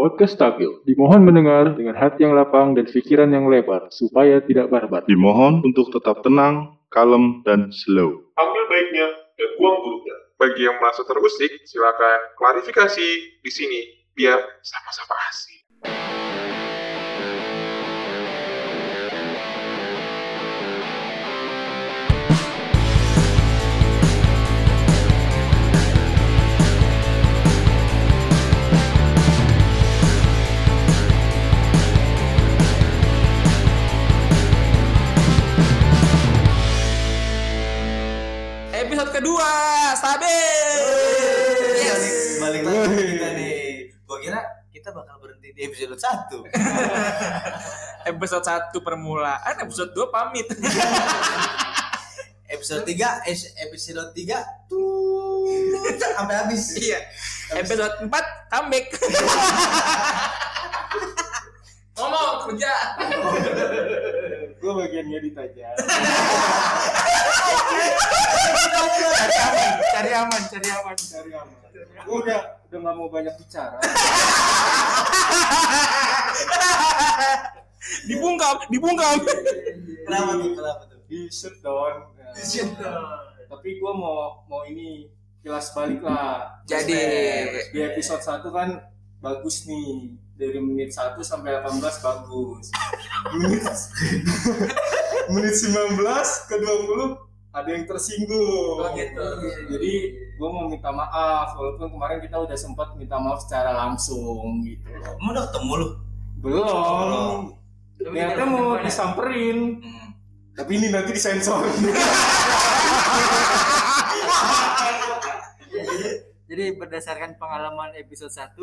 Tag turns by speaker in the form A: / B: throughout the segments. A: podcast stabil. Dimohon mendengar dengan hati yang lapang dan pikiran yang lebar, supaya tidak barbar.
B: Dimohon untuk tetap tenang, kalem, dan slow.
C: Ambil baiknya dan buang buruknya.
D: Bagi yang merasa terusik, silakan klarifikasi di sini biar sama-sama asik.
E: Episode kedua, stabil. Yes.
F: balik balik lagi ke kita nih gua kira kita bakal berhenti di episode satu
E: Episode satu permulaan, episode dua pamit.
F: episode tiga es- episode tiga tuh sampai habis
E: Iya. episode empat comeback. Ngomong kerja.
A: Gue bagian ngedit aja.
F: cari aman cari aman cari aman
A: Cari aman. Udah, udah gak mau banyak bicara.
E: Dibungkam, dibungkam.
F: kenapa tuh kenapa tuh
A: Di shutdown. Tapi gue mau mau ini kilas balik lah.
E: Jadi
A: Di episode 1 kan bagus nih. Dari menit 1 sampai 18 bagus. Menit menit 19 ke 20 ada yang tersinggung.
E: Oh, gitu.
A: Jadi gue mau minta maaf walaupun kemarin kita udah sempat minta maaf secara langsung gitu.
F: emang udah ketemu lu
A: Belum. Ternyata mau disamperin,
F: Hmm.
A: tapi ini nanti disensor.
G: Jadi berdasarkan pengalaman episode 1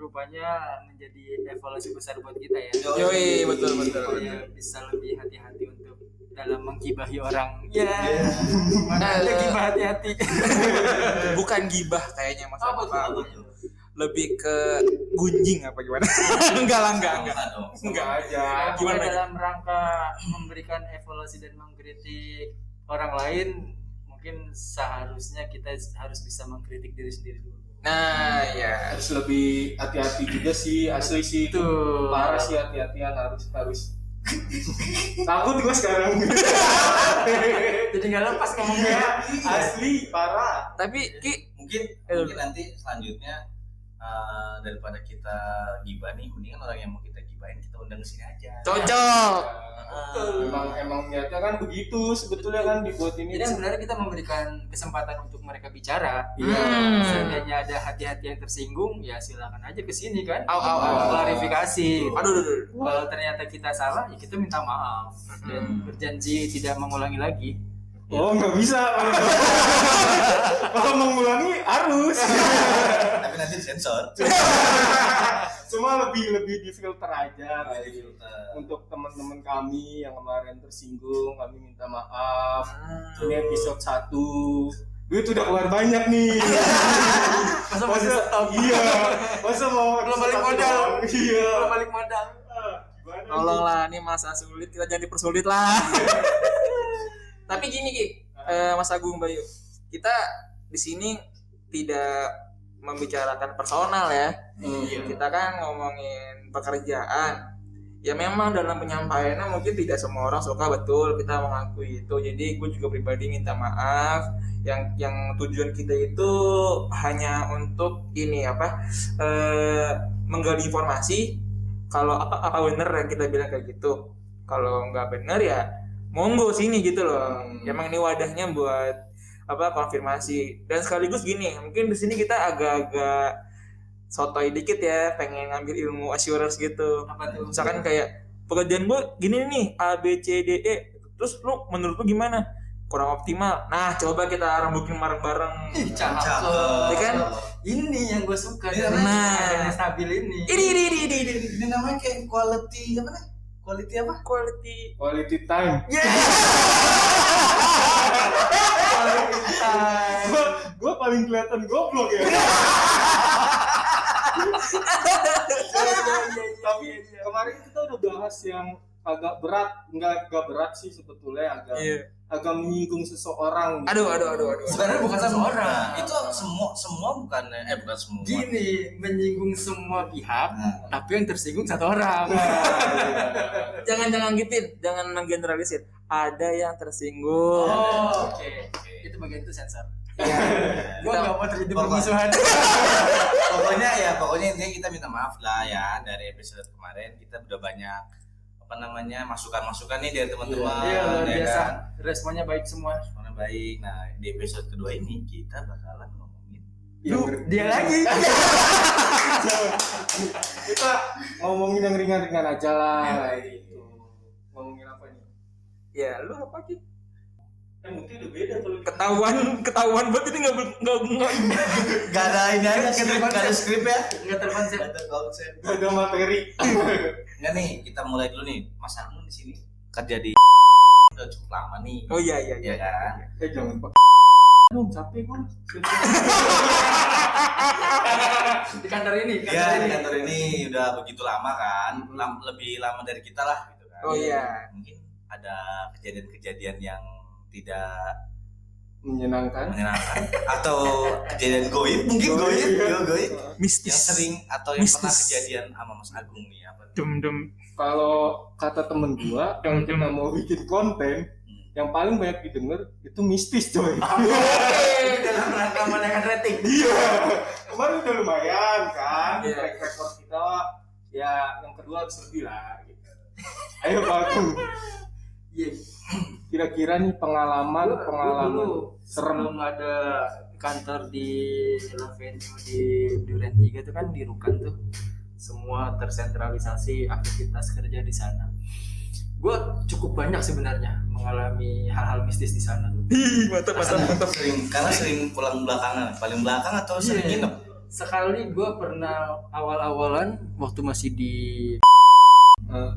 G: rupanya menjadi evaluasi besar buat kita ya.
E: Yoi, betul, betul,
G: Supaya bisa lebih hati-hati untuk dalam menggibahi orang. Ya.
E: Nah,
G: Ada gibah hati-hati.
E: bukan gibah kayaknya Mas.
G: Apa tuh, apa
F: tuh?
E: Lebih ke gunjing apa gimana? enggak lah, enggak, enggak.
F: Bukan dong.
E: Enggak.
A: aja.
E: Gimana,
G: Gimana dalam rangka memberikan evaluasi dan mengkritik orang lain mungkin seharusnya kita harus bisa mengkritik diri sendiri dulu.
E: Nah, ya.
A: Harus lebih hati-hati juga sih, asli sih.
G: Itu
A: Parah sih hati-hatian harus harus. Takut gue sekarang.
G: Jadi nggak lepas ngomongnya.
A: Iya, asli parah.
E: Tapi Ki
F: mungkin
E: Eh,
F: mungkin nanti selanjutnya eh, daripada kita gibah nih mendingan orang yang mau kita gibahin kita undang ke sini aja Eh,
E: cocok.
A: Emang emang niatnya kan begitu sebetulnya kan dibuat ini.
G: Jadi sebenarnya kita memberikan kesempatan untuk mereka bicara.
A: Iya.
E: Hmm.
G: Seandainya ada hati-hati yang tersinggung, ya silakan aja ke sini kan.
E: Au,
A: Oh,
E: au, au.
G: Klarifikasi.
E: Aduh, aduh, aduh.
G: Kalau ternyata kita salah, ya kita minta maaf dan berjanji tidak mengulangi lagi.
A: Oh nggak bisa. Kalau mengulangi harus.
F: tapi nanti disensor
E: Iya.
A: Cuma lebih lebih difilter aja. gitu.
F: Jadi filter.
A: Untuk teman-teman kami yang kemarin tersinggung, kami minta maaf. Ini episode 1 Duit udah keluar banyak nih.
G: Masa masih
A: Masa
G: stop?
A: iya. Masa mau
G: Belum balik modal.
A: Iya.
G: Belum balik modal.
A: Gimana
E: Tolonglah nih masa sulit kita jangan dipersulit lah. Tapi gini Ki, eh, Mas Agung Bayu, kita di sini tidak membicarakan personal ya.
A: Iya.
E: Kita kan ngomongin pekerjaan. Ya memang dalam penyampaiannya mungkin tidak semua orang suka betul kita mengakui itu. Jadi gue juga pribadi minta maaf. Yang yang tujuan kita itu hanya untuk ini apa eh, menggali informasi kalau apa apa bener yang kita bilang kayak gitu kalau nggak bener ya monggo sini gitu loh
G: Hmm.
E: emang ini wadahnya buat apa konfirmasi dan sekaligus gini mungkin di sini kita agak-agak sotoy dikit ya pengen ngambil ilmu assurance gitu
G: Apa tuh?
E: misalkan kayak pekerjaan gue gini nih A B C D E terus lu menurut lu gimana kurang optimal nah coba kita rembukin bareng-bareng
G: Ih, cakep.
F: Cakep.
E: Ya kan?
G: Ini yang gue suka.
F: Iya,
G: dari
E: nah.
G: adanya stabil ini.
E: ini ini ini ini, ini
F: ini namanya kayak quality apa nih? Quality apa?
E: quality
A: Quality time. Gua, gua paling kelihatan goblok ya. Tapi kemarin kita udah bahas yang agak berat, enggak agak berat sih sebetulnya agak
E: Iya.
A: agak menyinggung seseorang. gitu.
E: Aduh, aduh, aduh, aduh.
F: Bukan bukan seseorang, itu semua semua bukan eh bukan semua.
G: Gini, menyinggung semua pihak,
F: Nah,
G: tapi yang tersinggung satu orang. iya,
E: Jangan jangan gituin, gitu, jangan menggeneralisir. Ada yang tersinggung.
G: Oh, oke.
F: oke.
G: Itu bagian itu sensor.
F: Ya.
E: Iya.
G: Gua nggak mau terjadi
F: Pokoknya-
G: permusuhan.
F: pokoknya ya pokoknya intinya kita minta maaf lah ya dari episode kemarin kita udah banyak apa namanya masukan-masukan nih dari teman-teman
G: Iya, luar
F: ya
G: biasa.
F: kan?
G: Responnya baik semua.
F: Responnya baik nah di episode kedua ini kita bakalan ngomongin
A: Yang
G: Duh,
A: ber-
G: Oh, dia lagi.
A: Kita ngomongin yang ringan-ringan aja lah.
G: Iya.
A: gitu. Ngomongin apa nih?
E: Ya, lu apa sih?
A: Yang mungkin udah beda kalau
E: Ketahuan ketahuan banget ini nggak ber- nggak nggak.
F: gak ada ini aja skrip gak ada skrip ya
G: Enggak terkonsep.
F: gak ada konsep
A: Gak ada materi.
F: nggak nih kita mulai dulu nih Mas Armun di sini kerja di udah cukup lama nih
E: Oh iya iya iya.
F: ya kan
A: eh jangan pak. Aduh capek gue.
G: Di kantor ini.
E: Iya,
F: ya di kantor ini udah begitu lama kan lam- lebih lama dari kita lah gitu kan
E: Oh iya.
F: mungkin ada kejadian-kejadian yang tidak
A: Menyenangkan.
F: menyenangkan atau kejadian goib mungkin goib ya
A: iya.
F: goib
E: Mistis.
F: yang sering atau yang pernah
E: Mistis.
F: kejadian sama Mas Agung nih apa
E: Dum dum.
A: Kalau kata temen gua, kalau kita mau bikin konten, yang paling banyak didengar itu mistis coy.
G: Oke, dalam rangka menaikkan rating.
A: Iya. Kemarin udah lumayan kan.
E: Iya.
A: Track record kita ya yang kedua harus lebih lah. Gitu. Ayo Bagung.
G: Iya.
A: Kira-kira nih pengalaman
G: Gua- gua
A: pengalaman
G: dulu
A: serem.
G: sebelum ada kantor di Venue di Duren 3 itu kan di Rukan tuh semua tersentralisasi aktivitas kerja di sana gue cukup banyak sebenarnya mengalami hal-hal mistis di sana tuh
E: Ih, mantap mantap
F: karena
E: mantap.
F: sering karena sering pulang belakangan paling belakang atau sering
G: Iya.
F: nginep
G: sekali gue pernah awal-awalan waktu masih di
A: Eh.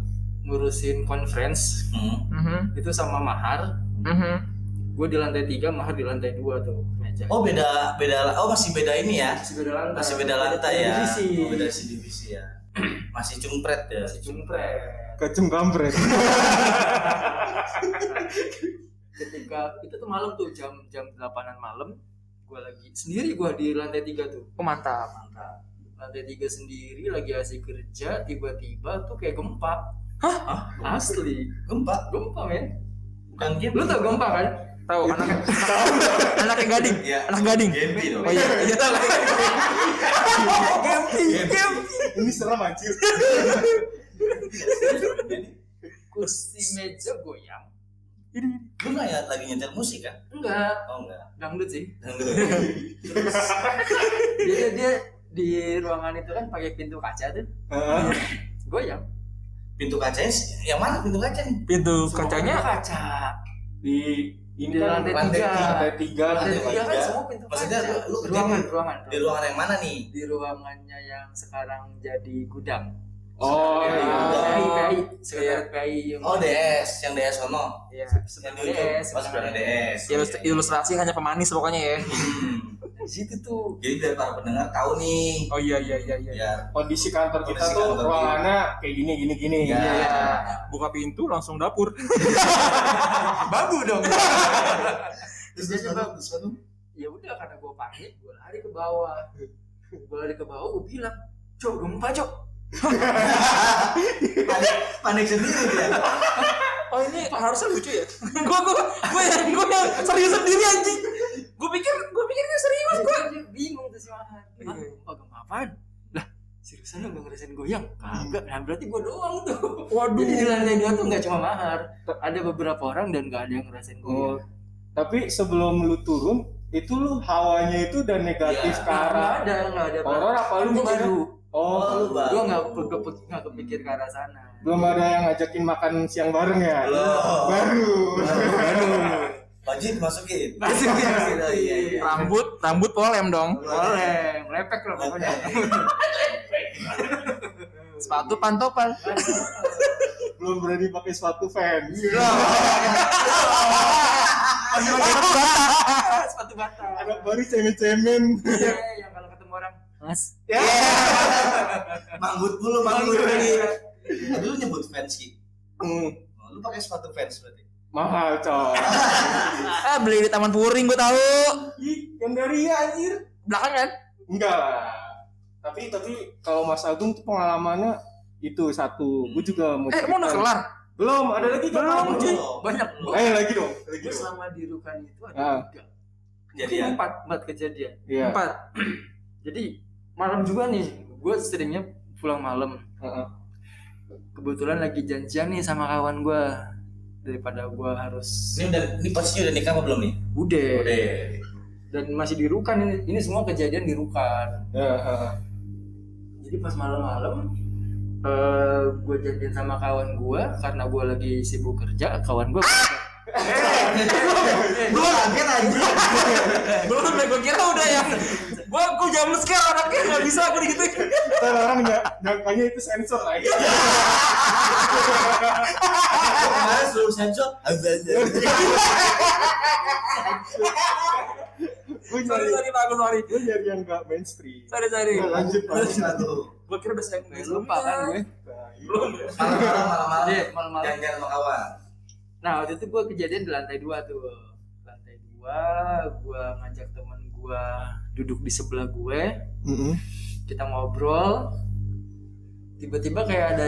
G: ngurusin conference
F: hmm.
E: Mhm,
G: itu sama mahar
E: mhm.
G: gue di lantai tiga mahar di lantai dua tuh meja
F: oh beda beda la- oh masih beda ini ya
G: masih beda lantai
F: masih beda lantai ya
G: divisi.
F: Oh, beda si divisi ya masih cumpret ya
G: masih jumpret
A: Kecem kampret.
G: ketika itu tuh malam tuh jam jam delapanan malam gue lagi sendiri gue di lantai tiga tuh
E: Oh mantap.
G: mantap lantai tiga sendiri lagi asik kerja tiba-tiba tuh kayak gempa
F: Hah?
G: asli
F: gempa
G: gempa men
F: bukan game
G: lu tau gempa kan
E: Tahu anak anak yang gading.
F: ya
E: Anak gading.
F: Gempi dong
E: Oh iya, iya tahu. Gempi, gempi.
A: Ini serem anjir.
G: kursi meja goyang
F: lu nggak ya lagi nyetel musik kan
G: enggak
F: oh enggak
G: dangdut sih
F: Dangdut.
G: terus dia dia di ruangan itu kan pakai pintu kaca tuh
A: Heeh.
G: goyang
F: pintu kacanya sih- yang mana pintu kaca nih
E: Pintu kacanya
G: kaca
A: Di ini
G: di
A: kan
G: lantai
F: lantai
G: tiga
A: lantai tiga.
G: lantai
A: lantai
G: tiga kan
F: tiga.
G: semua pintu
F: Maksudnya
G: kaca
F: lu- lu kerja
G: ruangan
F: di-
G: ruangan
F: di ruangan yang mana nih
G: di ruangannya yang sekarang jadi gudang.
A: Oh
F: Iya.
A: iya.
G: PI, PI, sekretariat PI yang
F: Oh DS, yang DS sono.
E: Iya.
F: Yang
G: Ya, sebenarnya
F: di ujung.
G: DS.
F: Oh sebenarnya DS.
E: Ilus- Ilustrasi hanya pemanis pokoknya ya.
F: Hmm.
G: Di situ tuh
F: Jadi biar para pendengar tahu nih.
E: Oh iya iya iya iya.
F: Biar
A: Kondisi kantor kita
F: Kondisi
A: tuh
F: kantor,
A: ruangannya kayak gini gini gini.
F: Iya.
E: Buka pintu langsung dapur.
F: babu dong.
G: Terus dia coba- ya udah karena gue panik, gue lari ke bawah. Gue lari ke bawah, gue bilang, "Cok, gempa, Cok."
F: panik, panik sendiri dia.
E: Oh ini harusnya lucu ya. Gua gua gua yang gua yang serius sendiri anjing. Gua pikir gua pikir ini serius.
G: Terus gua- dia bingung tuh si Mahan. "Hah,
F: Iya.
G: Gempa, gempa apaan? Lah, seriusan lu gak ngerasain goyang? Kagak. Nah, berarti gue doang tuh.
E: Waduh.
A: Iya.
G: Jadi di lantai dua tuh gak cuma Mahar. Ada beberapa orang dan gak ada yang ngerasain goyang.
A: Oh, tapi sebelum lu turun, itu lu hawanya itu udah negatif
F: Iya.
A: ke arah
G: Nggak ada, nggak ada.
A: horor apa lu
G: Itu
A: baru?
G: baru.
A: Oh,
F: Oh, lu baru.
G: gue nggak pe- ke- pe- nggak kepikir ke arah sana
A: belum ada yang ngajakin makan siang bareng ya?
F: Belum.
A: Baru.
F: Wajib masukin.
G: Masukin, masukin.
F: Oh, iya, iya.
E: Rambut rambut polem dong.
G: boleh melepek loh pokoknya
E: Sepatu pantopel.
A: Belum berani pakai sepatu fans.
G: sepatu bata
A: Anak baru cemen-cemen.
G: Iya, yang kalau ketemu orang mas
A: Ya.
F: Manggut dulu, manggut. Tadi lu nyebut fans Ki.
A: Hmm,
F: Oh, Lu pakai sepatu fans berarti.
A: mahal coy.
E: ah beli di Taman Puring gue tahu
A: Ih, yang dari ya anjir.
E: belakang kan
A: Enggak lah. Tapi tapi kalau Mas Agung tuh pengalamannya itu satu. Gue juga mau.
E: eh
A: cerita.
E: emang udah kelar
A: Belum, ada lagi kan?
E: Belum,
A: Bang?
E: cuy.
F: Oh,
G: banyak banget
A: Eh, lagi dong. Lagi Iya.
G: gue
A: dong.
G: selama di Rukan itu ada
A: Ah.
G: tiga jadi
F: Kejadian.
G: empat empat kejadian
A: Iya.
E: empat
G: jadi malam juga nih gue seringnya pulang malam
A: Heeh.
G: kebetulan lagi janjian nih sama kawan gue daripada gue harus
F: Ini udah ini posisi udah nikah apa belum nih?
G: udah
F: Udah.
G: dan masih di Rukan ini, ini semua kejadian di Rukan
A: Ya, heeh.
G: jadi pas malam-malam gue janjian sama kawan gue karena gue lagi sibuk kerja kawan gue
F: Lu kaget anjir.
E: belum deh gue kira udah ya. yang gue gue james care anaknya nggak bisa gue digituin
A: Ntar orang ny- ya. nyangkanya itu sensor lagi.
F: Kemarin suruh sensor.
A: Gue
E: sorry
A: nyari,
E: sorry bagus sorry
A: gue nyari yang gak mainstream.
E: sorry sorry
A: Ya, lanjut lanjut.
E: gue kira udah sayang
G: lupa kan gue
A: Nah, iya.
E: belum ya?
F: Malam-malam malam-malam.
G: Iya, malam-malam.
F: Jangan sama kawan.
G: Nah waktu itu gue kejadian di lantai dua tuh lantai dua gue ngajak teman gue duduk di sebelah gue
A: Mm-mm.
G: kita ngobrol tiba-tiba kayak ada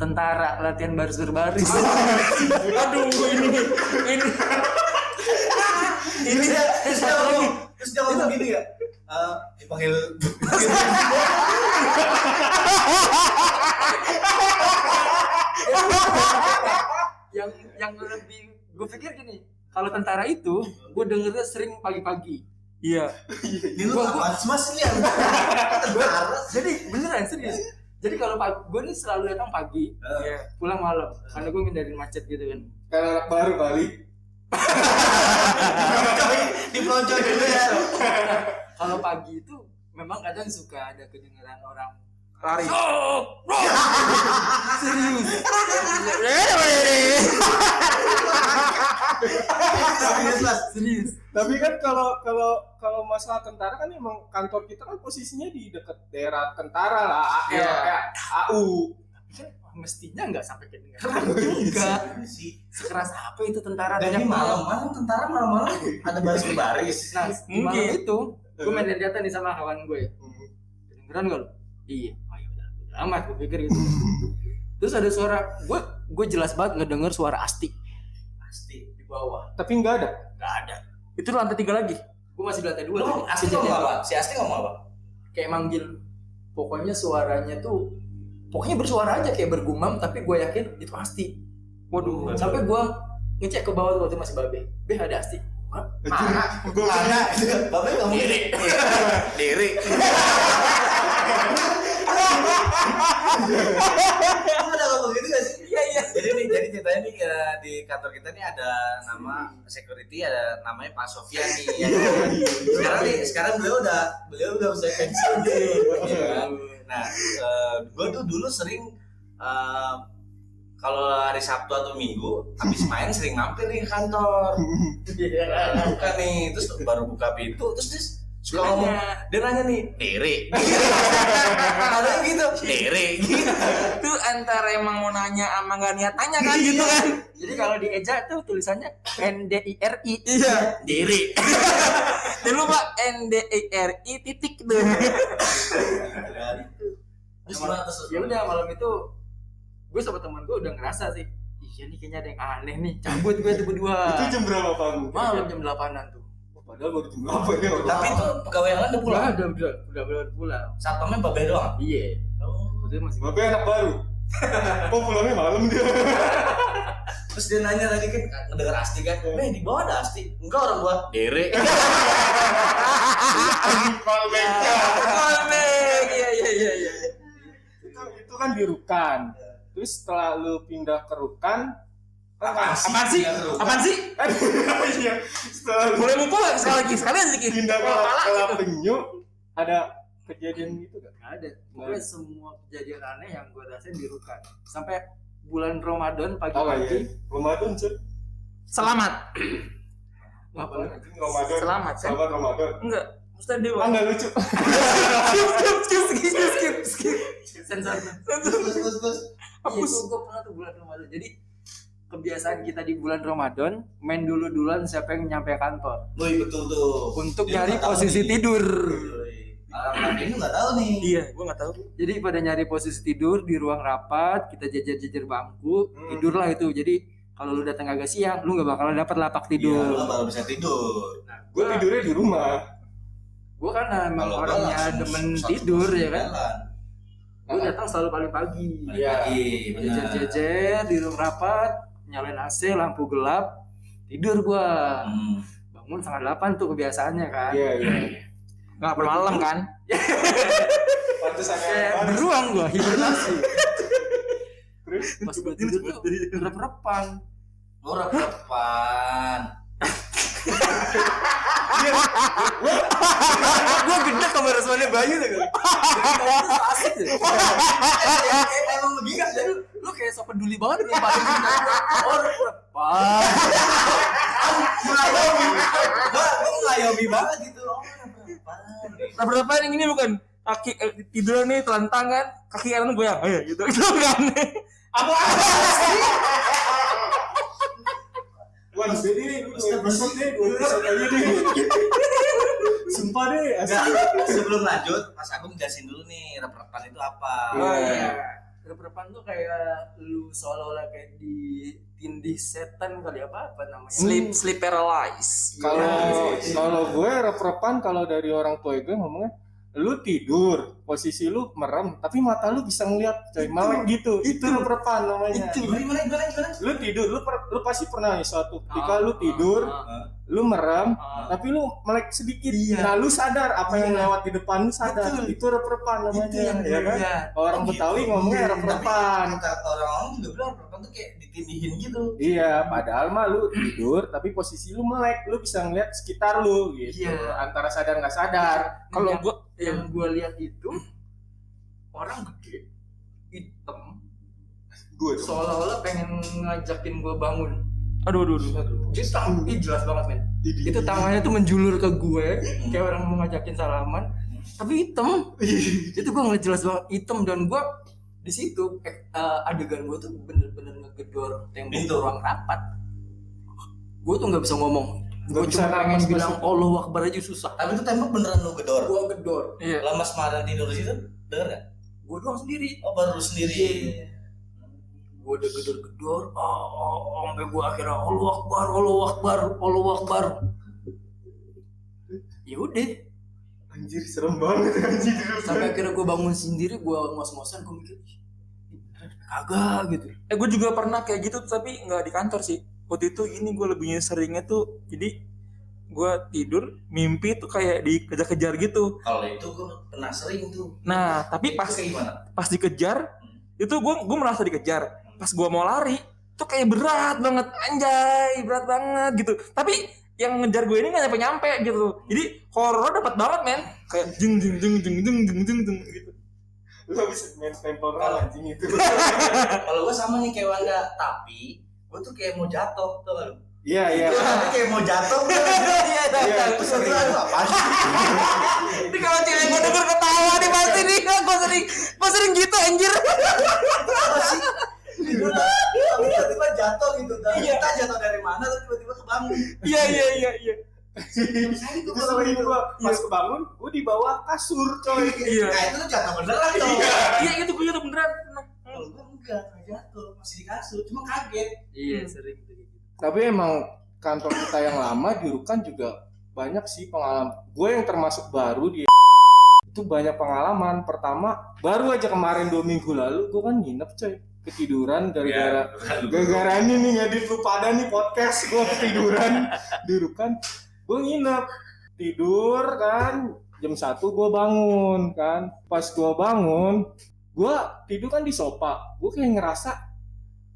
G: tentara latihan baris berbaris
E: aduh ini ini
F: Ini dia terus dia ngomong, terus dia ngomong gini ya. Eh, dipanggil
G: yang yang lebih gue pikir gini kalau tentara itu gue dengernya sering pagi-pagi
E: iya
F: ini ya? lu
G: Gua- gua-
F: apa? Mas lihat.
G: jadi beneran serius jadi kalau gue nih selalu datang pagi ya,
E: iya
G: pulang malam karena gue ngindarin macet gitu kan
A: Kan anak baru kali.
F: Dipelonco dulu ya.
G: kalau pagi itu memang kadang suka ada kedengeran orang
E: lari
F: Serius mas.
G: serius
A: Tapi kan kalau kalau kalau masalah tentara kan emang kantor kita kan posisinya di dekat daerah tentara lah, AL,
E: Iya.
A: kayak AU.
G: mestinya nggak sampai kedengeran juga sekeras apa itu tentara
F: Dan ini malam, malam tentara malam-malam ada baris berbaris.
G: nah
E: Mungkin.
G: mungkin malam itu gue main data nih sama kawan gue kedengeran gak lu iya ayo udah udah amat gue pikir gitu terus ada suara gue gue jelas banget ngedenger suara asti
F: Pasti di bawah.
A: Tapi nggak ada.
F: Gak ada. Oh,
E: itu lantai tiga lagi
G: gue masih di lantai dua
F: Lu
G: tadi.
F: asli ngomong
G: Kejadian.
F: apa? Si asli ngomong apa?
G: kayak manggil pokoknya suaranya tuh pokoknya bersuara aja kayak bergumam tapi gue yakin itu asti
E: waduh
G: sampai gue ngecek ke bawah tuh waktu masih babe be ada asti
A: Gue
F: Karena bapak nggak mungkin. Diri. Lu ada ngomong gitu gak sih?
E: iya iya
F: Jadi nih, jadi ceritanya nih ya, di kantor kita nih ada nama security ada namanya Pak Sofian nih. Ya. kan? Sekarang nih, sekarang beliau udah beliau udah usai pensiun nih. ya
E: Iya.
F: kan? Nah, gue tuh dulu sering eh, kalau hari Sabtu atau Minggu habis main sering mampir nih ke kantor. Nah, buka nih terus baru buka pintu terus dia suka ngomong dia nanya nih Dere ada gitu Dere gitu
E: itu antara emang mau nanya ama nggak niat tanya kan gitu kan
G: jadi kalau dieja tuh tulisannya N D I R I
E: iya
F: Dere
E: dulu pak N D E R I titik tuh
F: terus gimana terus
G: ya udah malam itu gue sama teman gue udah ngerasa sih iya nih kayaknya ada yang aneh nih cabut gue tuh berdua
A: Itu jam berapa panggung?
G: malam jam delapanan tuh
A: Padahal baru jam berapa ya?
F: tapi itu pegawai yang lain udah pulang
G: udah udah udah udah pulang
F: satpamnya babeh doang
G: iya maksudnya masih
A: Babe anak Oh. baru. Kok pulangnya malam dia?
F: terus dia nanya lagi kan ngedenger Asti kan eh di bawah ada Asti enggak orang gua Dere
E: Kolbek iya iya iya iya
A: itu, itu kan di Rukan. Terus setelah lu pindah ke Rukan,
F: Apaan sih?
E: apaan sih apaan sih
A: Iya. setelah lu
E: boleh mukul nggak sekali lagi sekali lagi
A: pindah ke
E: Kepala gitu.
A: Lapenyu, ada kejadian gitu gak?
G: Gak ada. Pokoknya semua kejadian aneh yang gue rasain di Rukan. Sampai bulan Ramadan
A: Oh
G: pagi-pagi.
A: iya. Ramadan cuy.
E: selamat
G: ngapain?
A: Ramadan.
E: selamat kan
A: Selamat Ramadan.
E: enggak Maksudnya dia
A: Ah nggak lucu.
E: skip skip skip skip skip skip skip
G: Sensor.
F: terus terus terus
G: Iya,
E: Hapus.
G: gue pernah tuh bulan Ramadan. Jadi kebiasaan kita di bulan Ramadan main dulu-duluan siapa yang nyampe kantor
F: Woi betul tuh.
G: untuk
F: Dia
G: nyari
F: nggak tahu
G: posisi
F: nih.
G: tidur.
A: Iya,
F: Woi, Alam ini nggak tahu nih.
E: Iya, gua nggak tahu.
G: Jadi pada nyari posisi tidur di ruang rapat, kita jejer-jejer bangku,
F: Hmm.
G: tidurlah itu. Jadi kalau lu datang agak siang, lu nggak bakalan dapet lapak
F: Iya, lu nggak
G: tidur.
F: bakal bisa tidur.
A: Gue tidurnya di rumah.
G: Gue karena emang
F: gua
G: orangnya
F: langsung
G: demen
F: satu
G: tidur
F: posisi
G: ya kan.
F: jalan.
G: Gue datang selalu paling pagi.
F: Balik
A: Iya,
F: lagi, Iya. benar.
G: Jejer-jejer di ruang rapat, nyalain AC, lampu gelap, tidur gua.
F: Hmm.
G: Bangun setengah delapan tuh kebiasaannya kan.
A: Iya iya.
E: Nggak malam kan?
A: Pantes
G: Kayak
A: agak
G: beruang gua, hibernasi.
A: Terus?
G: Pas gua tidur tuh rep-repan.
F: Lu rep-repan.
G: Gua gede sama responnya Bayu tuh.
F: Emang begini kan?
G: Lu kayak sok peduli banget nih Bayu. Oh, rep-repan.
F: Gue ngayomi banget gitu. Oh, rep-repan.
E: Nah, berapa yang ini bukan? Kaki eh, tiduran nih telentang kan, kaki kanan gue yang eh, gitu. Itu kan. Apa?
A: Wah, jadi nih, gue besok deh, gue besok aja deh. Sumpah deh,
F: Enggak,
A: asli.
F: sebelum lanjut, Mas Agung jelasin dulu nih rep-repan itu apa.
A: Oh, iya.
G: Rep-repan tuh kayak lu seolah-olah kayak ditindih setan kali apa apa namanya.
E: Sleep sleep paralyzed.
A: Kalau kalau gue rep-repan kalau dari orang tua gue ngomongnya lu tidur, posisi lu merem, tapi mata lu bisa ngeliat coy, malah gitu. Itu, rep-repan namanya.
F: Gimana, gimana, gimana, gimana?
A: Lu tidur, lu per- lu pasti pernah nih suatu ketika
G: Ah,
A: lu tidur,
G: ah,
A: lu merem,
G: ah.
A: tapi lu melek sedikit. Nah, lu sadar apa yang lewat di depan lu sadar.
F: Betul.
A: Iya. Itu rep-repan namanya.
F: Itu yang
A: ya kan?
F: berbeda.
A: Orang Betawi ngomongnya rep-repan.
F: Iya. Gitu. Tapi kata orang-orang juga bilang rep-repan tuh kayak ditindihin gitu.
A: Iya, padahal mah lu tidur tapi posisi lu melek, lu bisa ngeliat sekitar lu gitu.
G: Iya.
A: Antara sadar nggak sadar.
E: Kalau
G: Yang-
E: gue
G: yang gue lihat itu orang gede hitam
A: Gue
G: seolah-olah pengen ngajakin gue bangun
E: aduh aduh aduh.
G: jadi tangannya jelas banget men itu tangannya tuh menjulur ke gue kayak orang mau ngajakin salaman tapi hitam itu gue ngeliat jelas banget hitam dan gue di situ eh, eh, adegan gue tuh bener-bener ngegedor tembok
F: Itu.
G: ruang rapat gue tuh nggak bisa ngomong
A: Nggak
G: gue
A: bisa
G: cuma pengen
A: napas
G: bilang Allah Akbar aja susah
F: Tapi itu tembok beneran lu gedor.
G: gue gedor
E: Iya.
F: Lama semalam tidur di situ, denger nggak?
G: gue doang sendiri
F: Oh, baru lu
A: Iya,
F: sendiri.
G: gue udah gedor-gedor oh, oh, oh, sampai gue akhirnya Allah Akbar Allah Akbar Allah Akbar Ya yaudah
A: Anjir serem banget anjir.
G: sampai akhirnya gue bangun sendiri gue ngos-ngosan gue mikir "Ih, kagak gitu
E: Eh gue juga pernah kayak gitu tapi nggak di kantor sih. Waktu itu gini gue lebihnya seringnya tuh jadi gue tidur mimpi tuh kayak dikejar-kejar gitu.
F: Kalau itu gue pernah sering tuh.
E: Nah tapi
F: Itu
E: pas
F: kayak gimana?
E: pas dikejar itu gue gue merasa dikejar. Pas gue mau lari tuh kayak berat banget anjay berat banget gitu. Tapi yang ngejar gue ini nggak nyampe nyampe gitu. Jadi horor dapat banget men kayak jeng jeng jeng jeng jeng jeng jeng jeng gitu.
A: Lu habis main temple run anjing itu.
F: Kalau gue sama nih kayak Wanda, tapi gue tuh kayak mau jatuh, tau gak lu?
A: Iya, iya.
F: Tapi kayak mau jatuh.
E: Iya
A: Iya,
E: iya.
F: Terus gue bilang, "Aduh, apaan sih?"
E: Ini kalau cewek gue denger ketawa nih pasti nih Gue sering, gue sering gitu anjir
F: apa sih? Tidur lah. Tapi tiba-tiba jatuh gitu. Dan
E: Iya.
F: kita jatuh dari mana terus tiba-tiba kebangun.
E: Iya iya iya iya
A: Itu sama itu gua pas kebangun, gua di bawah kasur coy.
E: Iya.
F: Nah itu tuh jatuh beneran dong.
E: Iya itu gue tuh beneran
F: Kalau gue enggak, enggak jatuh, masih di kasur, cuma kaget.
G: iya sering tuh gitu
A: Tapi emang kantor kita yang lama di Rukan juga banyak sih pengalaman. Gue yang termasuk baru di itu banyak pengalaman. Pertama, baru aja kemarin dua minggu lalu gue kan nginep coy
F: Iya.
A: ketiduran gara-gara gara-gara ini nih ngedit lu pada nih podcast gue ketiduran di Rukan. Gue kan, nginep tidur kan jam satu gue bangun kan pas gue bangun gue tidur kan di sofa gue kayak ngerasa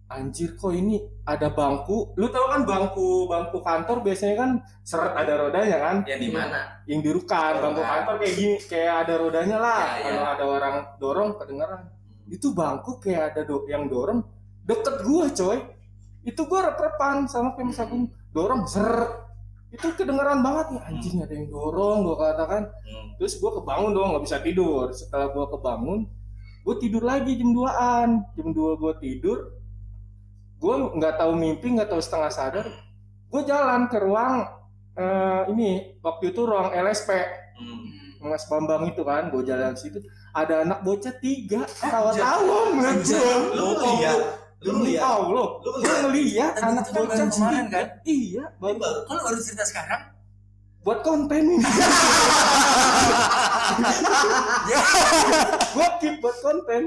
A: anjir kok ini ada bangku lu tahu kan bangku bangku kantor biasanya kan seret ada rodanya kan
F: Yang di mana?
A: yang dirukan bangku
F: Roda.
A: kantor kayak gini kayak ada rodanya lah
F: Ya, ya.
A: kalau ada orang dorong kedengeran itu bangku kayak ada do- yang dorong deket gua coy itu gua rep-repan sama kayak Mas Agung dorong seret itu kedengeran banget nih anjing ada yang dorong gua katakan
F: Hmm.
A: terus gue kebangun dong nggak bisa tidur setelah gue kebangun gue tidur lagi jam 2an jam 2 gue tidur gue nggak tahu mimpi nggak tahu setengah sadar gue jalan ke ruang eh, ini waktu itu ruang LSP Mas Bambang itu kan gue jalan situ ada anak bocah tiga tawa-tawa ngeliat gue
F: Lu lihat, lu lihat,
A: tahu lo
F: lu
A: gue
F: lihat.
A: ngeliat
E: Dan
A: anak
E: itu kan
A: bocah
E: baru kemarin,
A: tiga.
E: kan?
A: iya
F: Ini
A: baru-
F: baru
E: Kalau baru cerita sekarang,
A: buat konten ini gue keep buat konten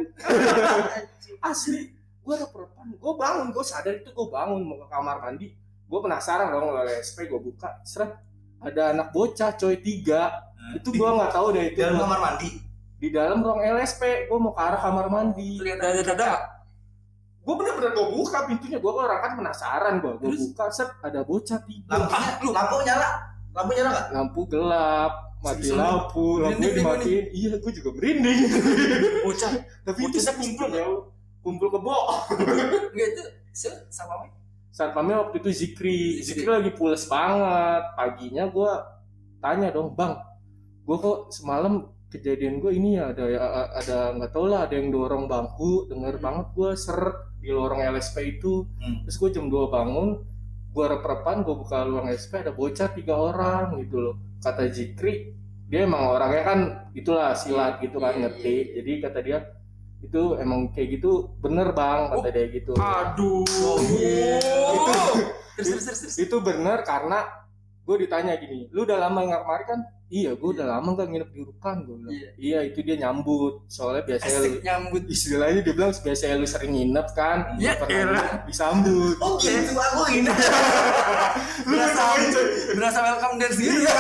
A: asli gue ada perempuan gue bangun gue sadar itu gue bangun mau ke kamar mandi gue penasaran dong oleh SP gue buka seret ada anak bocah coy tiga itu gue nggak tahu deh itu
F: dalam kamar mandi.
A: di dalam ruang LSP gue mau ke arah kamar mandi
E: lihat ada dada.
A: gue bener-bener gue buka pintunya gue orang kan penasaran gue gue
E: Terus?
A: buka set ada bocah tiga
F: Lampunya, lampu nyala. Lampu nyala enggak?
A: lampu gelap mati
E: Sebisa-
A: lampu lampunya
E: Merinding gua nih.
A: dimatiin iya gue juga merinding
E: Bocah.
A: tapi itu
E: Bocahnya
A: kumpul
E: kumpul
A: ya kumpul kebo
E: Enggak itu se- sama apa?
A: satpamnya waktu itu Zikri
E: Zikri.
A: Zikri lagi pules banget paginya gue tanya dong bang gue kok semalam kejadian gue ini ya ada ya, ada nggak tau lah ada yang dorong bangku
G: Hmm.
A: denger banget gue seret di lorong LSP itu
F: Hmm.
A: terus gue jam 2 bangun gue rep-repan gue buka ruang LSP ada bocah tiga orang gitu loh kata Zikri dia emang orangnya kan itulah silat gitu kan
G: Iya,
A: ngetik
G: iya.
A: jadi kata dia itu emang kayak gitu bener bang
G: Oh,
A: kata dia gitu
E: Aduh.
A: iya.
E: Itu.
A: Itu-
E: Oh. Terus terus terus. terus.
A: itu bener karena gue ditanya gini lu udah lama nggak kemari kan iya gue udah lama nggak nginep di Rukan gue bilang
G: Iya.
A: iya itu dia nyambut soalnya biasanya lu
E: Asik nyambut.
A: istilahnya dia bilang biasanya lu sering nginep kan
E: Ya
A: nggak pernah
E: elah.
A: nginep, disambut
F: Oh gitu, aku gini.
E: Iya. Berasa berasa welcome dance gitu. ya.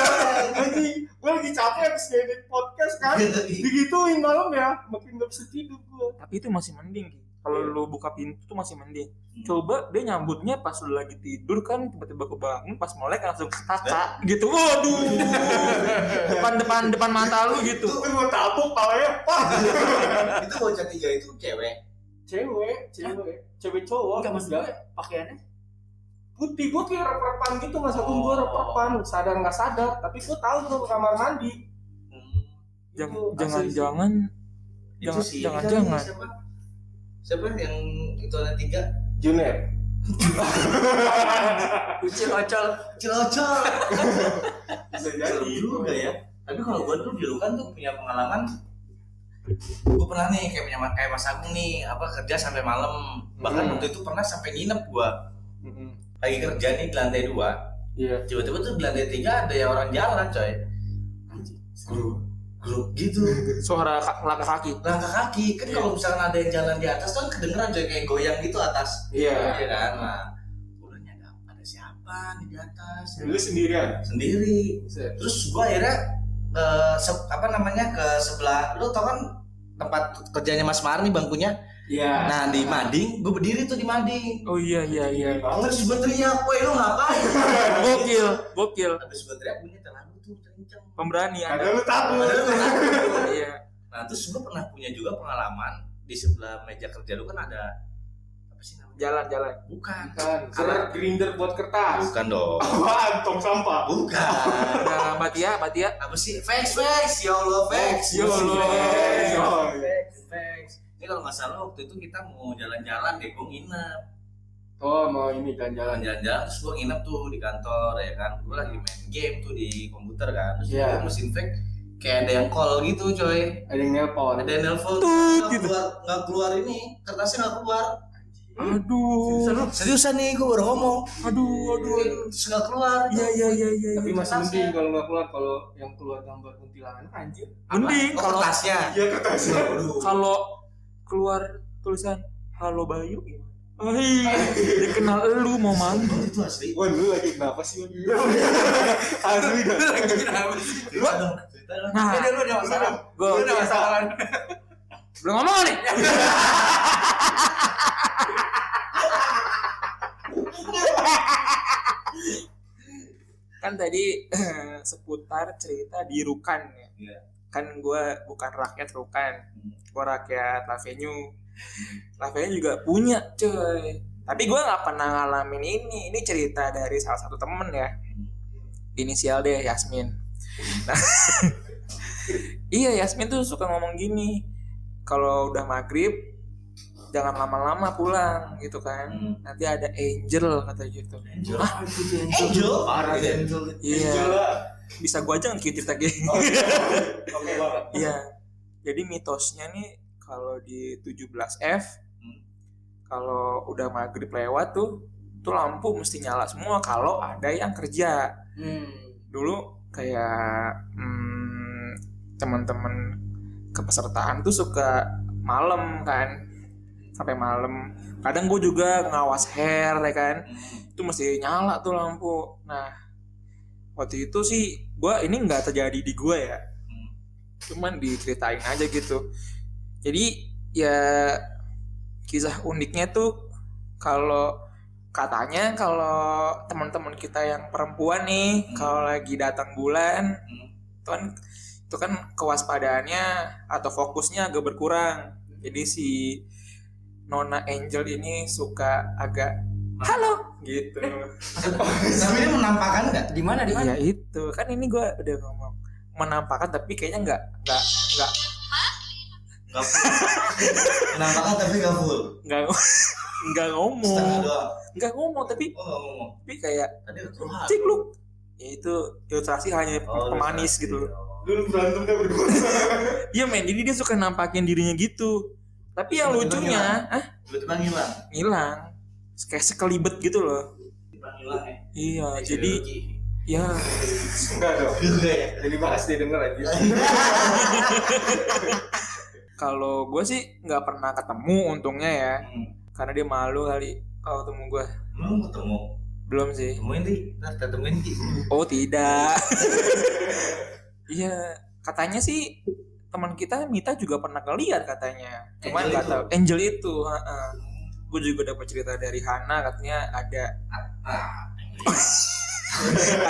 A: anjing gue lagi capek habis ngedit podcast kan digituin malam ya makin nggak bisa tidur gue
E: Tapi itu masih mending. Ki. Kalau lu buka pintu tuh masih mending. Coba dia nyambutnya pas lu lagi tidur kan tiba-tiba kebangun pas melek langsung kakak gitu. Waduh. depan depan depan mata lu gitu.
A: gue mau ya. tabuk palanya pak
F: itu bocah tiga itu cewek.
A: cewek cewek cewek cowok
G: Enggak maksud
A: enggak.
G: gue pakaiannya
A: putih gue kayak rep-repan gitu masa pun gue rep-repan sadar nggak sadar tapi gue tahu gue ke kamar mandi
E: Jangan
A: Itu
E: jangan
A: asli sih.
E: jangan
F: Hmm, Itu
E: Jangan-
F: sih.
E: jangan-
F: Ini kan
E: jangan.
F: Siapa? Siapa yang itu ada tiga?
A: Junet
G: kucil ocol
F: Jelajah.
A: bisa
F: Serem Iya, juga ya. Tapi kalau gue dulu dirukan tuh punya pengalaman. Gue pernah nih kayak punya kayak Mas Agung nih apa kerja sampai malam. Bahkan
A: Hmm.
F: waktu itu pernah sampai nginep gue. Lagi kerja nih di lantai dua.
A: iya
F: Tiba-tiba tuh di lantai tiga ada yang orang jalan coy. Grup grup gitu
E: suara ka- langkah kaki.
F: langkah kaki
A: Iya.
F: kan kalau misalkan ada yang jalan di atas kan kedengeran coy kayak goyang gitu atas
A: Iya.
F: Iya kan nah udah ada, ada siapa nih di atas
A: lu sendirian
F: sendiri
A: Buset.
F: terus gua akhirnya ke se- apa namanya ke sebelah lu tau kan tempat kerjanya Mas Marni bangkunya
A: iya
F: nah di mading gua berdiri tuh di mading
E: Oh iya iya iya.
F: terus gua teriak woi lu ngapain
E: Gokil, gokil.
F: terus gua teriak bunyi terlalu tuh kenceng
E: Pemberani Anda.
A: ada lu takut
F: Padahal lu takut.
E: Iya.
F: nah terus gua pernah punya juga pengalaman di sebelah meja kerja lu kan ada apa sih namanya
E: Jalan-jalan.
F: bukan
A: kan seret grinder buat kertas
F: bukan dong
A: apaan tong sampah
F: bukan
E: Nah, Batia, Batia.
F: apa sih face face ya Allah face
A: Ya Allah.
F: Face.
A: Ya Allah.
F: Face, face. ini kalau nggak salah waktu itu kita mau jalan-jalan deh gue nginep
A: oh mau ini jalan-jalan
F: jalan-jalan terus gue nginep tuh di kantor ya kan gue lagi main game tuh di komputer kan terus
A: Iya.
F: gue mesin fake kayak ada yang call gitu coy
A: ada yang nelpon
F: ada yang nelfon nggak
E: gitu.
F: keluar nggak keluar ini kertasnya nggak keluar
A: Hmm?
E: Aduh.
F: seriusan nih gue baru ngomong
E: Aduh, aduh, aduh.
F: terus nggak keluar
E: Iya, iya, iya, iya.
F: Kertasnya.
A: tapi masih mending kalau nggak keluar kalau yang keluar gambar kuntilanak kan. anjir
E: Mending
F: oh,
E: kalau
F: kertasnya
A: iya kertasnya
F: Aduh.
E: kalau keluar tulisan Halo Bayu gimana? Oh, iya. dikenal elu mau manggil.
F: itu asli
A: Wan, lu lagi kenapa sih? Wan? Asli dah.
F: cerita dong cerita dong
E: Nah.
F: Eh, lu ada masalah kan?
E: Gua belum ngomong kali. kan tadi seputar cerita di Rukan ya.
F: Iya. Hmm.
E: Kan gue bukan rakyat Rukan, gue rakyat Lavenue. Lavenue juga punya coy. Tapi gue nggak pernah ngalamin ini. Ini cerita dari salah satu temen ya.
F: Hmm.
E: Inisial deh Yasmin. Nah, iya Yasmin tuh suka ngomong gini. Kalau udah maghrib jangan lama-lama pulang gitu kan nanti ada angel kata gitu
F: Hmm. Angel.
G: Ah,
E: Hah?
F: Angel?
G: Parah,
F: Iya.
E: iya
A: Gila.
E: bisa gua aja ngikut cerita geng
A: Oke, Bang.
E: iya jadi mitosnya nih kalau di 17F
F: Hmm.
E: kalau udah maghrib lewat tuh tuh lampu mesti nyala semua kalau ada yang kerja
G: Hmm.
E: dulu kayak hmm, teman-teman kepesertaan tuh suka malam kan sampai malam kadang gue juga ngawas hair ya kan itu mesti nyala tuh lampu nah waktu itu sih gua ini nggak terjadi di gue ya
F: Hmm.
E: cuman diceritain aja gitu jadi ya kisah uniknya tuh kalau katanya kalau teman-teman kita yang perempuan nih
F: Hmm.
E: kalau lagi datang bulan
F: Hmm.
E: itu kan itu kan kewaspadaannya atau fokusnya agak berkurang jadi si Nona Angel ini suka agak halo gitu
F: Eh, Tapi dia menampakkan nggak?
G: Di mana di
E: Iya
G: mana?
E: itu kan ini gua udah ngomong menampakkan tapi kayaknya nggak nggak nggak
F: Nggak full. menampakkan tapi nggak full.
E: nggak nggak
F: Setengah
E: ngomong
F: doang.
E: nggak ngomong tapi
F: Oh nggak ngomong.
E: tapi kayak
F: Tadi udah keluar.
E: cikluk ya itu ilustrasi hanya
F: Oh,
E: pemanis gitu loh
A: Dulu berantem dia berdua.
E: iya men jadi dia suka nampakin dirinya gitu tapi yang
F: Tiba-tiba
E: lucunya ah
F: Tiba-tiba ngilang.
E: hilang kayak sekelibet gitu loh
F: Tiba-tiba ngilang ya.
E: iya jadi
F: Ideologi.
E: ya
A: Enggak dong.
F: juga ya.
A: Jadi bahas dia denger aja.
E: kalau gue sih nggak pernah ketemu untungnya ya
F: Hmm.
E: karena dia malu kali kalau ketemu gue
F: Belum ketemu.
E: belum sih
F: Temuin di. Ntar kita temuin di.
E: Oh tidak. Iya, katanya sih teman kita Mita juga pernah ngeliat katanya. Cuman
F: Angel
E: nggak
F: itu.
E: tahu. Angel itu. heeh. Gue juga dapat cerita dari Hana katanya ada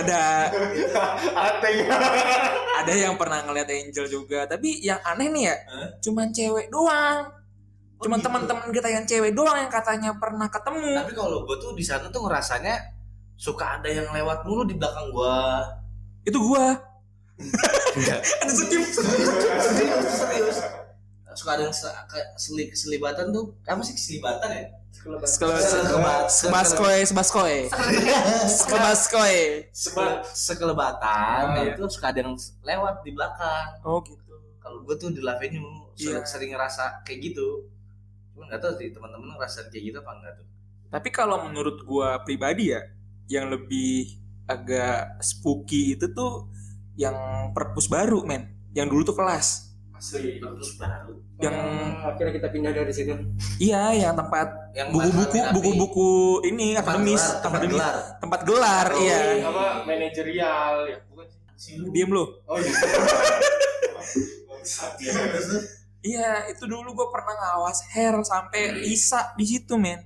E: ada
A: Ateng.
E: ada yang pernah ngeliat Angel juga. Tapi yang aneh nih ya,
F: Hah?
E: cuman cewek doang.
F: Oh,
E: Cuman
F: gitu.
E: teman-teman kita yang cewek doang yang katanya pernah ketemu.
F: Tapi kalau gue tuh di sana tuh ngerasanya suka ada yang lewat mulu di belakang gua.
E: Itu gua.
F: Enggak.
E: Ada skip.
F: serius, serius. Suka ada yang se- ke- seli- keselibatan tuh. Apa sih keselibatan ya? Sekelebat-
E: Sebaskoy, sebaskoy. Nah. Sebaskoy.
F: Sebe- sekelebatan
E: Ah,
F: itu suka ada yang lewat di belakang
E: Oh gitu.
F: kalau gue tuh di live venue sering,
E: Iya.
F: sering ngerasa kayak gitu cuman nggak tahu sih teman-teman ngerasa kayak gitu apa enggak tuh
E: Tapi kalau menurut gua pribadi ya, yang lebih agak spooky itu tuh yang perpus baru men, yang dulu tuh kelas.
A: Asli.
F: terus baru
E: Yang
G: Hmm, akhirnya kita pindah dari situ.
E: iya yang tempat
F: yang
E: buku-buku
F: rapi-rapi.
E: buku-buku ini
F: Tempat
E: akademis,
F: Eh, gelar, tempat
E: tempat akademis,
F: gelar
E: tempat gelar,
F: Oh,
E: iya.
F: iya.
A: Apa manajerial ya? Bukan sih.
E: Diam lu.
A: Oh iya.
F: Terus tuh,
E: Iya, itu dulu gua pernah ngawas hair sampai Isa di situ men.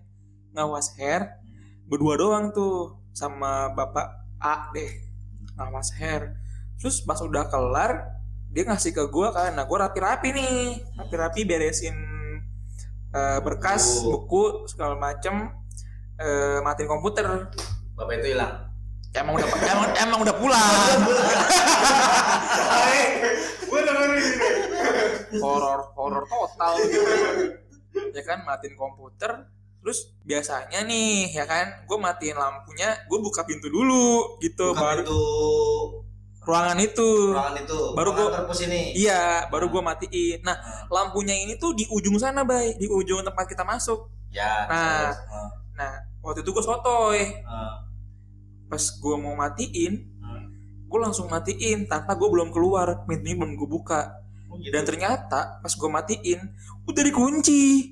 E: Ngawas hair berdua doang tuh sama Bapak A deh. Ngawas hair. Terus pas udah kelar dia ngasih ke gua kan. Nah, gua rapi-rapi nih. Rapi-rapi beresin eh, berkas,
F: Buku.
E: buku segala macem eh matiin komputer.
F: bapak itu hilang
E: Emang udah emang, emang udah pulang.
A: Gue dengerin ini.
E: horor horor total gitu ya kan matiin komputer terus biasanya nih ya kan gue matiin lampunya gue buka pintu dulu gitu
F: bukan
E: baru
F: itu
E: ruangan itu
F: ruangan itu
E: Baru
F: ruangan
E: gua-
F: perpus ini
E: iya baru gue matiin nah lampunya ini tuh di ujung sana bay di ujung tempat kita masuk
F: ya
E: Nah.
F: terus, eh,
E: nah waktu itu gue sotoy
F: eh,
E: pas gue mau matiin
F: Hmm.
E: gue langsung matiin tanpa gue belum keluar pintunya belum gue buka
F: oh gitu.
E: dan ternyata pas gue matiin udah dikunci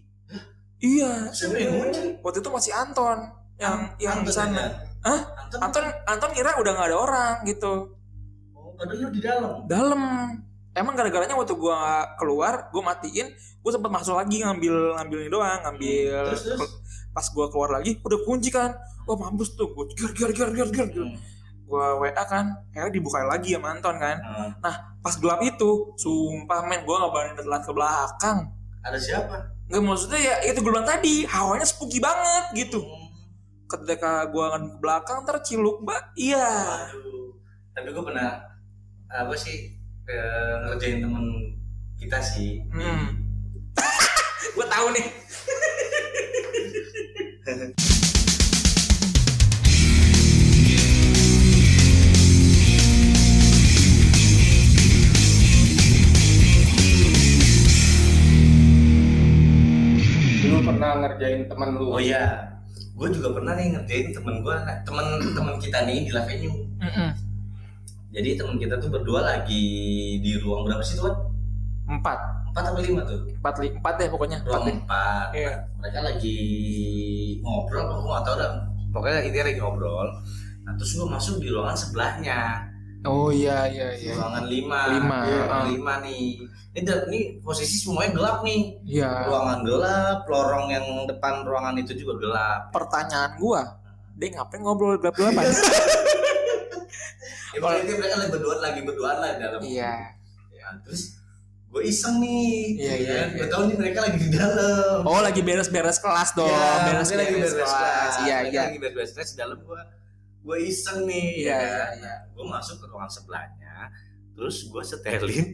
E: iya
F: Siapa yang muncul?
E: waktu itu masih Anton yang yang di
F: Hmm, Anton iya.
E: sana.
F: aja.
E: Hah?
F: Anton,
E: Anton Anton kira udah nggak ada orang gitu.
F: Oh, padahal lu di dalam.
E: Dalam emang gara-garanya waktu gua keluar, gua matiin, gua sempet masuk lagi ngambil ngambil ini doang, ngambil
F: Hmm, Terus, terus?
E: pas gua keluar lagi udah kunci kan. Wah mampus tuh, gua ger ger ger ger ger.
F: Hmm.
E: ger. Gua WA kan, akhirnya dibukain lagi sama Anton kan.
F: Hmm.
E: Pas gelap itu, sumpah men gua nggak berani telat ke belakang.
F: Ada siapa?
E: Nggak maksudnya ya itu gue bilang tadi, hawanya spooky banget gitu.
F: Hmm.
E: Ketika gua ngadep ke belakang terciluk, Mbak. Iya.
F: Aduh. Tapi gue pernah apa sih eh, ngerjain temen kita sih.
E: Hmm. gue tahu nih.
A: lu pernah ngerjain teman lu
F: Oh iya, gue juga pernah nih ngerjain temen gue, temen temen kita nih di La Venue.
E: Mm-mm.
F: Jadi temen kita tuh berdua lagi di ruang berapa sih tuan?
E: empat
F: Empat atau lima tuh?
E: empat li- empat deh pokoknya empat deh
F: Ruang empat.
E: Iya.
F: Mereka lagi ngobrol, apa gue gak tau dah. Pokoknya intinya lagi ngobrol. Nah, terus gue masuk di ruangan sebelahnya,
E: oh iya iya iya
F: ruangan lima.
E: Lima,
F: Iya, ruangan
E: ah.
F: lima nih. Ini, da- ini posisi semuanya gelap nih.
E: iya
F: Ruangan gelap, lorong yang depan ruangan itu juga gelap.
E: pertanyaan gua dia ngapain ngobrol gelap gelapan
F: Ya, pokoknya dia mereka lagi berduaan lagi berduaan lah di dalam.
E: Ah. iya
F: ya terus gue iseng nih
E: Iya,
F: gitu
E: iya,
F: kan.
E: iya.
F: gue tahu nih mereka lagi di dalam
E: oh lagi beres beres kelas dong
F: Iya,
E: beres
F: mereka lagi
E: beres kelas iya
F: Mereka
E: iya
F: lagi beres beres kelas di dalam gue gue iseng nih
E: Iya,
F: ya
E: iya,
F: kan.
E: iya.
F: Nah, gue masuk ke ruangan sebelahnya terus gue setelin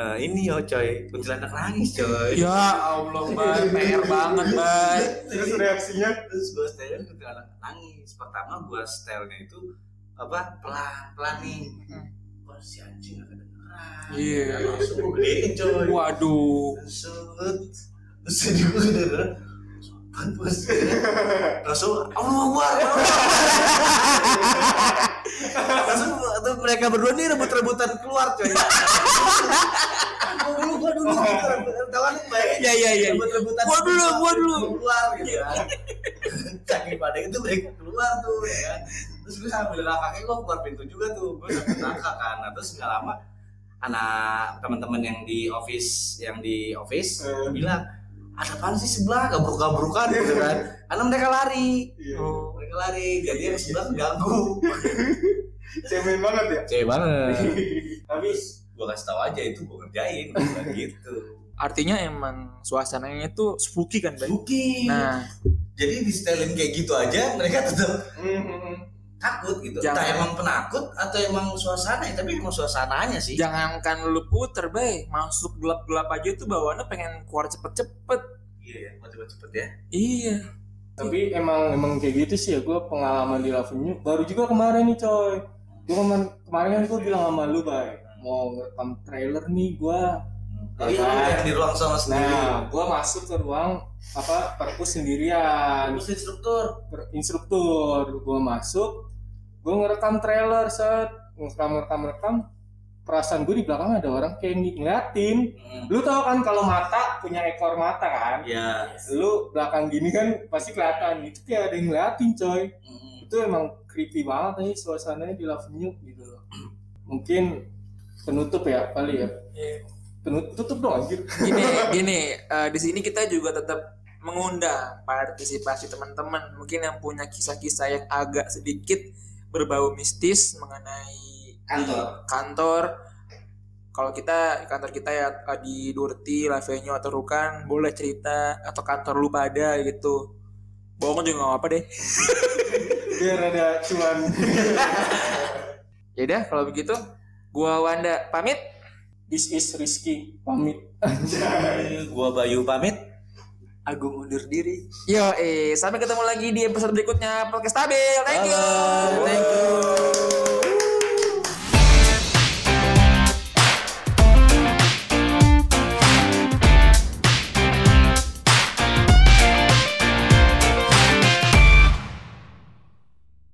F: eh, ini yo coy kuntilanak nangis coy
E: ya allah bay PR banget bay
A: terus reaksinya
F: terus gue setelin kuntilanak nangis pertama gue setelnya itu apa pelan pelan nih Wah, si anjing gak kedengeran
E: Hmm. Iya.
F: langsung gue gedein coy
E: waduh
F: Sud. Terus dia gue denger, "Apaan, Bos?" Langsung Allah Akbar, Allah Akbar. Langsung tuh mereka berdua nih rebut-rebutan keluar coy. Gua dulu gua dulu gitu. Tahu lu bayangin.
E: Iya, iya, iya.
F: Rebut-rebutan.
E: Gua dulu,
F: keluar,
E: gua dulu.
F: Keluar gitu. kan. Saking pada itu mereka keluar tuh ya. kan. Terus gue sambil langkahnya gue keluar pintu juga tuh. Gue sambil langkah kan. Nah, terus nggak lama anak teman-teman yang di office yang di office
E: Hmm.
A: Eh.
F: bilang ada apaan sih sebelah gabruk-gabrukan
E: Iya.
F: gitu kan karena mereka lari Oh,
A: Iya.
F: mereka lari jadi yang sebelah ganggu
A: cemen banget ya
F: cewek banget
A: tapi
F: gua kasih tahu aja itu gua ngerjain gua bilang gitu
E: artinya emang suasananya itu spooky kan bay
F: Buki
E: nah
F: jadi di setelin kayak gitu aja mereka tetap
A: mm, mm, mm.
F: takut gitu entah
E: Jangan.
F: emang penakut atau emang suasana ya, tapi emang suasananya sih
E: jangankan lu puter bay masuk gelap gelap aja tuh bawaannya pengen keluar cepet cepet
F: iya ya mau cepet-cepet ya
E: iya
A: tapi emang emang kayak gitu sih ya gue pengalaman di Lavenue baru juga kemarin nih coy gue kemarin kemarin kan gue bilang sama lu bay mau ngerekam trailer nih gue
F: oh iya
A: Nah.
F: yang di ruang sama sendiri
A: nah gue masuk ke ruang apa perpus sendirian
F: terus instruktur
A: Per- instruktur gue masuk gue ngerekam trailer set ngerekam ngerekam ngerekam perasaan gue di belakang ada orang kayak ng- ngeliatin
F: Hmm.
A: lu tau kan kalau mata punya ekor mata kan
F: ya
A: lu belakang gini kan pasti kelihatan itu kayak ada yang ngeliatin coy
F: Hmm.
A: itu emang creepy banget nih suasananya di Love New gitu loh mungkin penutup ya kali ya penutup tutup dong anjir
E: gini gini eh, di sini kita juga tetap mengundang partisipasi teman-teman mungkin yang punya kisah-kisah yang agak sedikit berbau mistis mengenai
F: kantor
E: kantor kalau kita kantor kita ya eh, di Durti, Lavenio atau Rukan boleh cerita atau kantor lu pada gitu bohong juga nggak apa deh
A: biar ada cuan
E: ya udah kalau begitu gua Wanda pamit
A: this is Rizky pamit
F: gua Bayu pamit
G: Agung undur diri.
E: yo eh sampai ketemu lagi di episode berikutnya podcast stabil thank you
F: Bye-bye. Thank you.